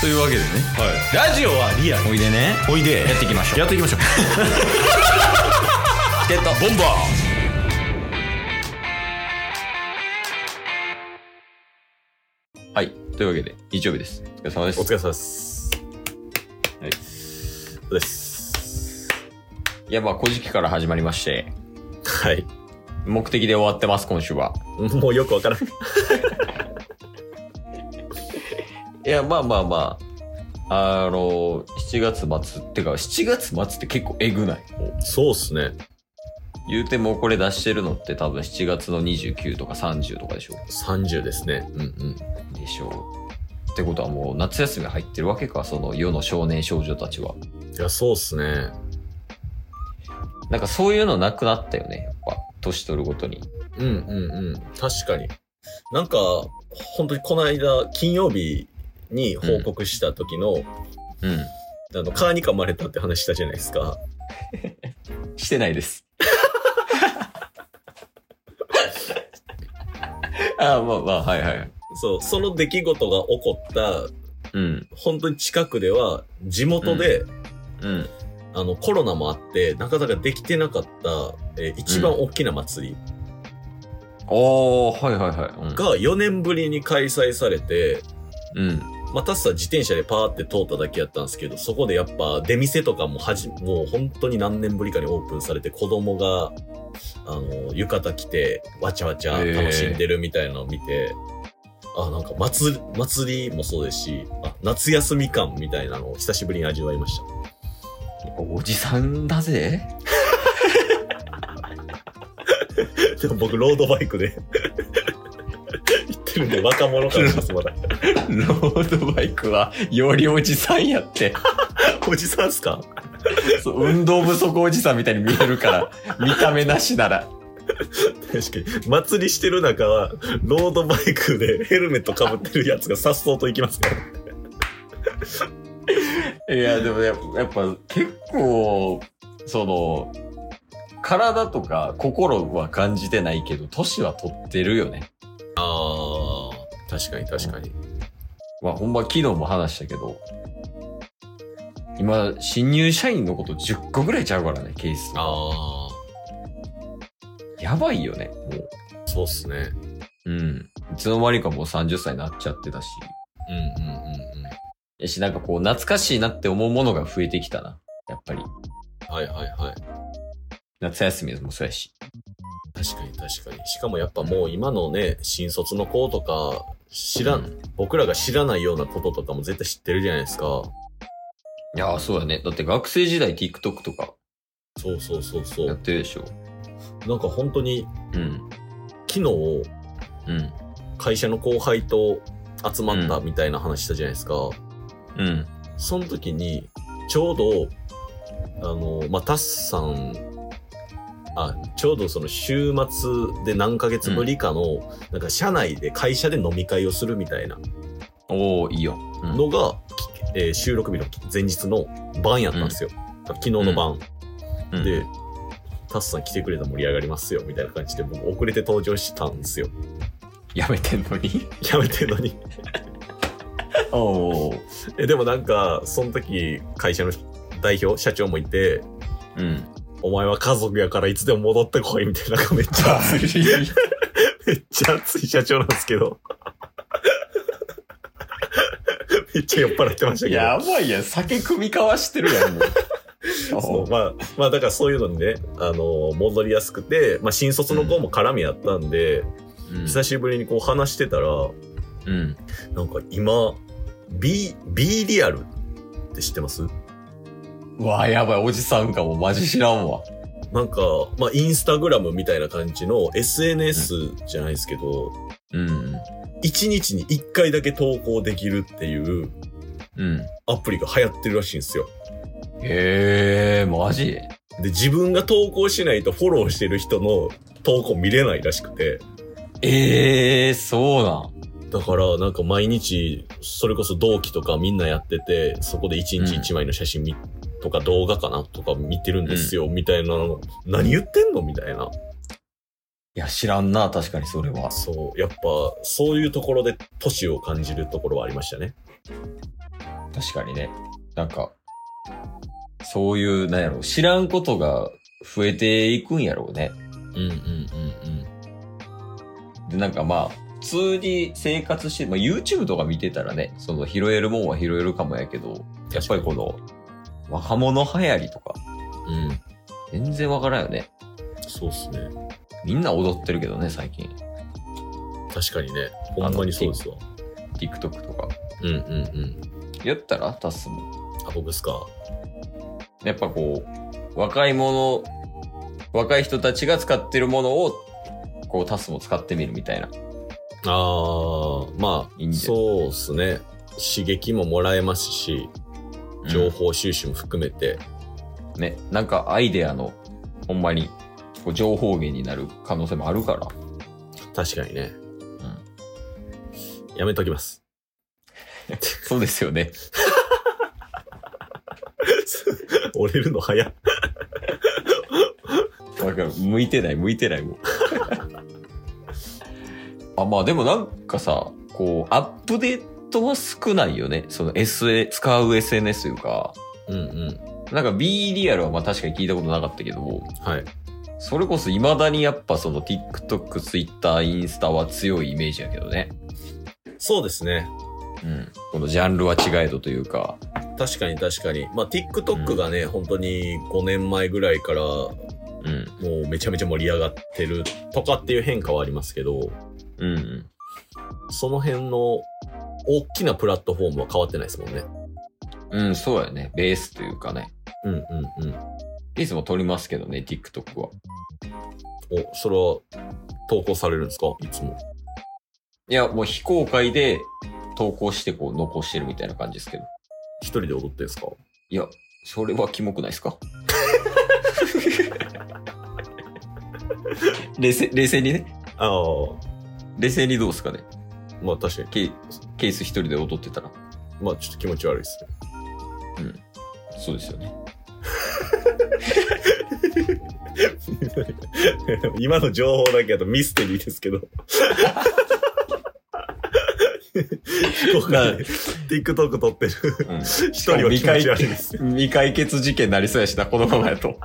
というわけでねラジオはリアルおいでねおいでやっていきましょうやっていきましょうチケットボンバーはいというわけで日曜日ですお疲れ様ですお疲れ様ですはいですいやまあ古事記から始まりましてはい目的で終わってます今週はもうよくわからないいやまあまあまああの7月末ってか7月末って結構えぐないそうっすね言うてもうこれ出してるのって多分7月の29とか30とかでしょ30ですねうんうんでしょうってことはもう夏休み入ってるわけかその世の少年少女たちはいやそうっすねなんかそういうのなくなったよねやっぱ年取るごとにうんうんうん確かになんか本当にこの間金曜日に報告した時の、うんあの蚊に噛まれたって話したじゃないですかしてないです。 ああ、まあまあ、はいはい。そうその出来事が起こったうん。本当に近くでは地元で、うん。あのコロナもあってなかなかできてなかった、えー一番大きな祭りおー、はいはいはい。が4年ぶりに開催されて、うん。うん。まあ、たっさ自転車でパーって通っただけやったんですけどそこでやっぱ出店とかもはじもう本当に何年ぶりかにオープンされて子供があの浴衣着てわちゃわちゃ楽しんでるみたいなのを見て、あなんか祭り祭りもそうですしあ夏休み感みたいなのを久しぶりに味わいましたおじさんだぜ。でも僕、ロードバイクで 行ってるんで、若者からします、まだ。ロードバイクはよりおじさんやって。 おじさんっすか そう運動不足おじさんみたいに見えるから、見た目なしなら。確かに。祭りしてる中は、ロードバイクでヘルメットかぶってるやつが颯爽と行きますから。いや、でもややっぱ結構、その、体とか心は感じてないけど、年は取ってるよね。あー、確かに確かに。まあ、ほんま昨日も話したけど、今、新入社員のこと10個ぐらいちゃうからね、ケース。あやばいよね、もう。ー、そうっすね。うん。いつの間にかもう30歳になっちゃってたし。うんうんうんうん。やし、なんかこう、懐かしいなって思うものが増えてきたな。やっぱり。はいはいはい。夏休みもそうやし。確かに確かに。しかもやっぱもう今のね、新卒の子とか、知らん、うん僕らが知らないようなこととかも絶対知ってるじゃないですか。いやー、そうだね。だって学生時代 TikTok とかそうそうそうそやっう。てるでしょ。なんか本当にうん。昨日うん。会社の後輩と集まったみたいな話したじゃないですか、うん。その時にちょうどあのまあタスさんあちょうどその週末で何ヶ月ぶりかの、なんか社内で会社で飲み会をするみたいなおー、いいよ。うん。のが、きえー収録日の前日の晩やったんですよ、昨日の晩、うんで、タスさん来てくれたら盛り上がりますよみたいな感じで僕遅れて登場したんですよやめてんのに。やめてんのに おー。えでもなんかその時会社の代表社長もいてうん。 「お前は家族やからいつでも戻ってこい」みたいななんかめっちゃめっちゃ熱い社長なんですけど めっちゃ酔っ払ってましたけどやばいやん、酒組み交わしてるやん、も うそうまあまあだからそういうのにね、あの戻りやすくて、まあ、新卒の子も絡みやったんで、うん久しぶりにこう話してたらうん。なんか今 B, B リアルって知ってますうわあ、やばい、おじさんかも、マジ知らんわ。なんか、まあ、インスタグラムみたいな感じの SNS じゃないですけど、うん。 1日に1回だけ投稿できるっていううん。アプリが流行ってるらしいんですよ。へえ、マジで、自分が投稿しないとフォローしてる人の投稿見れないらしくて、ええー、そうなん。だからなんか毎日、それこそ同期とかみんなやってて、そこで1日1枚の写真み、とか動画かなとか見てるんですよ、みたいなの、何言ってんのみたいな。いや、知らんな、確かにそれは。そう、やっぱ、そういうところで都市を感じるところはありましたね。確かにね。なんか、そういう、なんやろ、知らんことが増えていくんやろうね。うんうんうんで、なんかまあ、普通に生活して、まあ YouTube とか見てたらね、その拾えるもんは拾えるかもやけど、うん。やっぱりこの、若者流行りとか、の。うん。全然わからんよね。そうっすね。みんな踊ってるけどね、最近。確かにね。ほんまにそうですわ。 TikTok とか。うんうんうん。やったらタスも。あ、僕っすか。やっぱこう、若いもの、若い人たちが使ってるものを、こうタスも使ってみるみたいな。あー、まいいんあ、じゃなそうっすね。刺激ももらえますし、情報収集も含めて。ね、なんかアイデアの、ほんまに、こう情報源になる可能性もあるから。確かにね。やめとき ます。そうですよね。折れるの早っ。わかる。向いてない、向いてない もん。あ、まあでもなんかさ、こう、アップデートは少ないよね。その SA、使う SNS というか、うんうん。なんか B リアルはまあ確かに聞いたことなかったけど、はい。それこそ未だにやっぱその TikTok、Twitter、インスタは強いイメージやけどね。そうですね。うん。このジャンルは違えどというか。確かに確かに。まあ、TikTok がね、本当に5年前ぐらいから、もうん。うめちゃめちゃ盛り上がってるとかっていう変化はありますけど、うんうん。その辺の大きなプラットフォームは変わってないですもんね。うん、そうやね。ベースというかね。うんうんうん。いつも撮りますけどね、TikTok は。お、それは投稿されるんですかいつも。いや、もう非公開で投稿してこう残してるみたいな感じですけど。一人で踊ってんですかいや、それはキモくないですか 冷静、冷静にね。ああ、冷静にどうですかね。まあ確かに。ケイケース一人で踊ってたら。まあちょっと気持ち悪い ですね。そうですよね。今の情報だけだとミステリーですけど。な TikTok 撮ってるうん。一人は気持ち悪いです。未解決事件になりそうやしな、このままやと。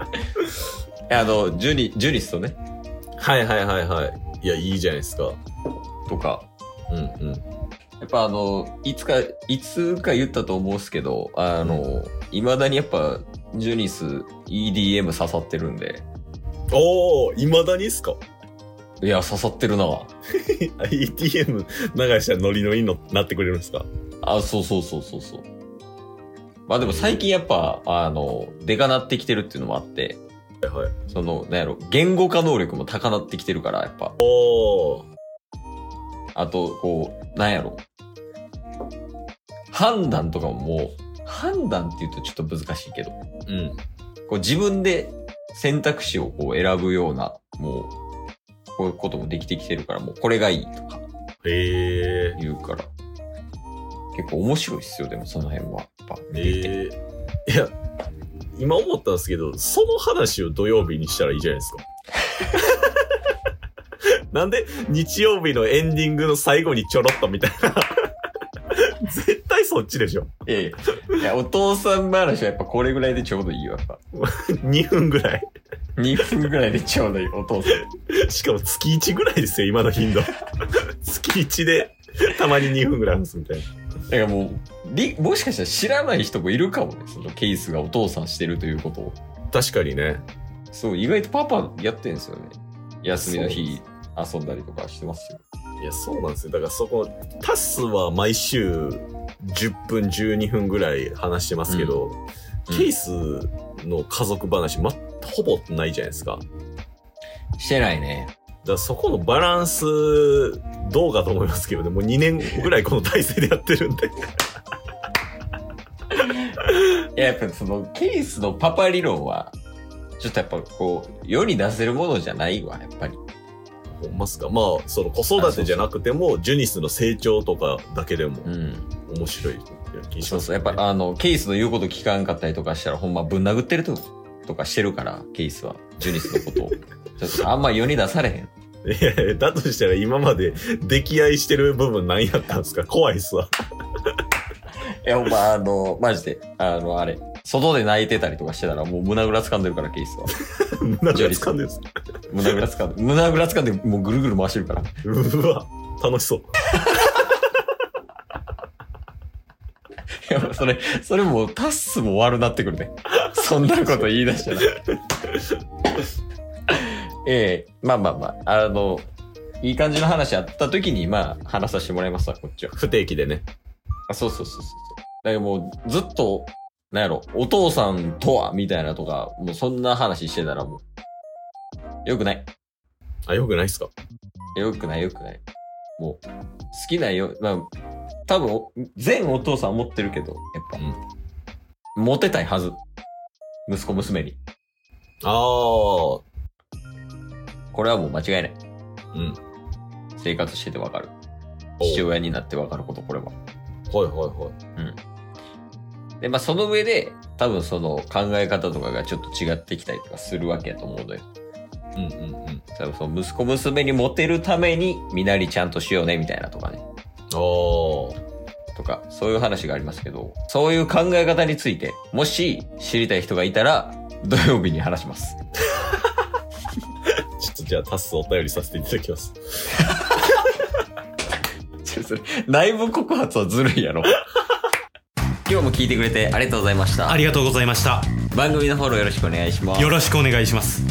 あの、ジュニ、ジュニスとね、はいはいはいはい。いや、いいじゃないですか。とか、うんうん。やっぱあの、いつか、いつか言ったと思うんすけど、あの、いまだにやっぱ、ジュニス EDM 刺さってるんで、おお、いまだにっすかいや、刺さってるな。 ?ETM 流したらノリノリのなってくれるんですかあ、そうそうそうそうそう。まあでも最近やっぱ、あの、でかなってきてるっていうのもあって、はいはい。その、なんやろ、言語化能力も高なってきてるから、やっぱ。おーあと、こう、なんやろ。判断とかももう、判断って言うとちょっと難しいけど、うん。こう自分で選択肢をこう選ぶような、もう、こういうこともできてきてるから、もうこれがいいとかへえ。言うから、結構面白いっすよ、でもその辺は。やっぱ見ててええ。いや、今思ったんですけど、その話を土曜日にしたらいいじゃないですか。 なんで日曜日のエンディングの最後にちょろっとみたいな。 絶対そっちでしょ。ええ。いや、お父さん話はやっぱこれぐらいでちょうどいいよ、やっぱ。 2分ぐらい。 2分ぐらいでちょうどいい、お父さん。しかも月1ぐらいですよ、今の頻度。月1で、たまに2分ぐらい話すみたいな。だからもう、りもしかしたら知らない人もいるかもね、そのケースがお父さんしてるということを。確かにね。そう、意外とパパやってんですよね。休みのそう日遊んだりとかしてますよ。いや、そうなんですよ。だからそこ、タスは毎週10分、12分ぐらい話してますけど、うんケイスの家族話、ま、ほぼないじゃないですか。だかしてないね。らそこのバランス、どうかと思いますけどね。もう2年ぐらいこの体制でやってるんで。いや、やっぱそのケースのパパ理論は、ちょっとやっぱこう、世に出せるものじゃないわ、やっぱり。 ほんますか。まあ、その子育てじゃなくても、ジュニスの成長とかだけでもうん。面白い気がしそまうす、そう。やっぱ、あの、ケースの言うこと聞かんかったりとかしたら、ほんまぶん殴ってるととかしてるから、ケースは。ジュニスの ことを。ちょっとあんま世に出されへん。いやいや、だとしたら今まで溺愛してる部分何やったんですか怖いっすわ。いや、ほんま、あの、マジで、あの、あれ、外で泣いてたりとかしてたら、もう胸ぐら掴んでるから、ケースは。 胸ぐら掴んでるんです胸ぐら掴んで、胸ぐら掴んで、もうぐるぐる回してるから。うわ、楽しそう。いや、 それ、それもうタッスも悪なってくるね。そんなこと言い出したら。 ええまあまあまあ、あの、いい感じの話あった時に、まあ、話させてもらいますわ、こっちは。不定期でね。あ、そうそうそうそうそう。だけどもう、ずっと、なんやろ、お父さんとは、みたいなとか、もうそんな話してたらもう、よくない。あ、よくないっすかよくない、よくない。もう、好きなよ、まあ、多分、お全お父さんは持ってるけど、やっぱ、モテたいはず。息子娘に。ああ、これはもう間違いない。うん。生活しててわかる。お父親になってわかること、これは。はいはいで、まあ、その上で、多分その考え方とかがちょっと違ってきたりとかするわけやと思うのよ。はい。うんうんうん。多分その息子娘にモテるために、みなりちゃんとしようね、みたいなとかね。ああ、とか、そういう話がありますけど、そういう考え方について、もし知りたい人がいたら、土曜日に話します。ちょっとじゃあタスお便りさせていただきます。ちょそれ内部告発はずるいやろ。 今日も聞いてくれてありがとうございましたあ。りがとうございました番組のフォローよろしくお願いしますよ。ろしくお願いします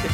す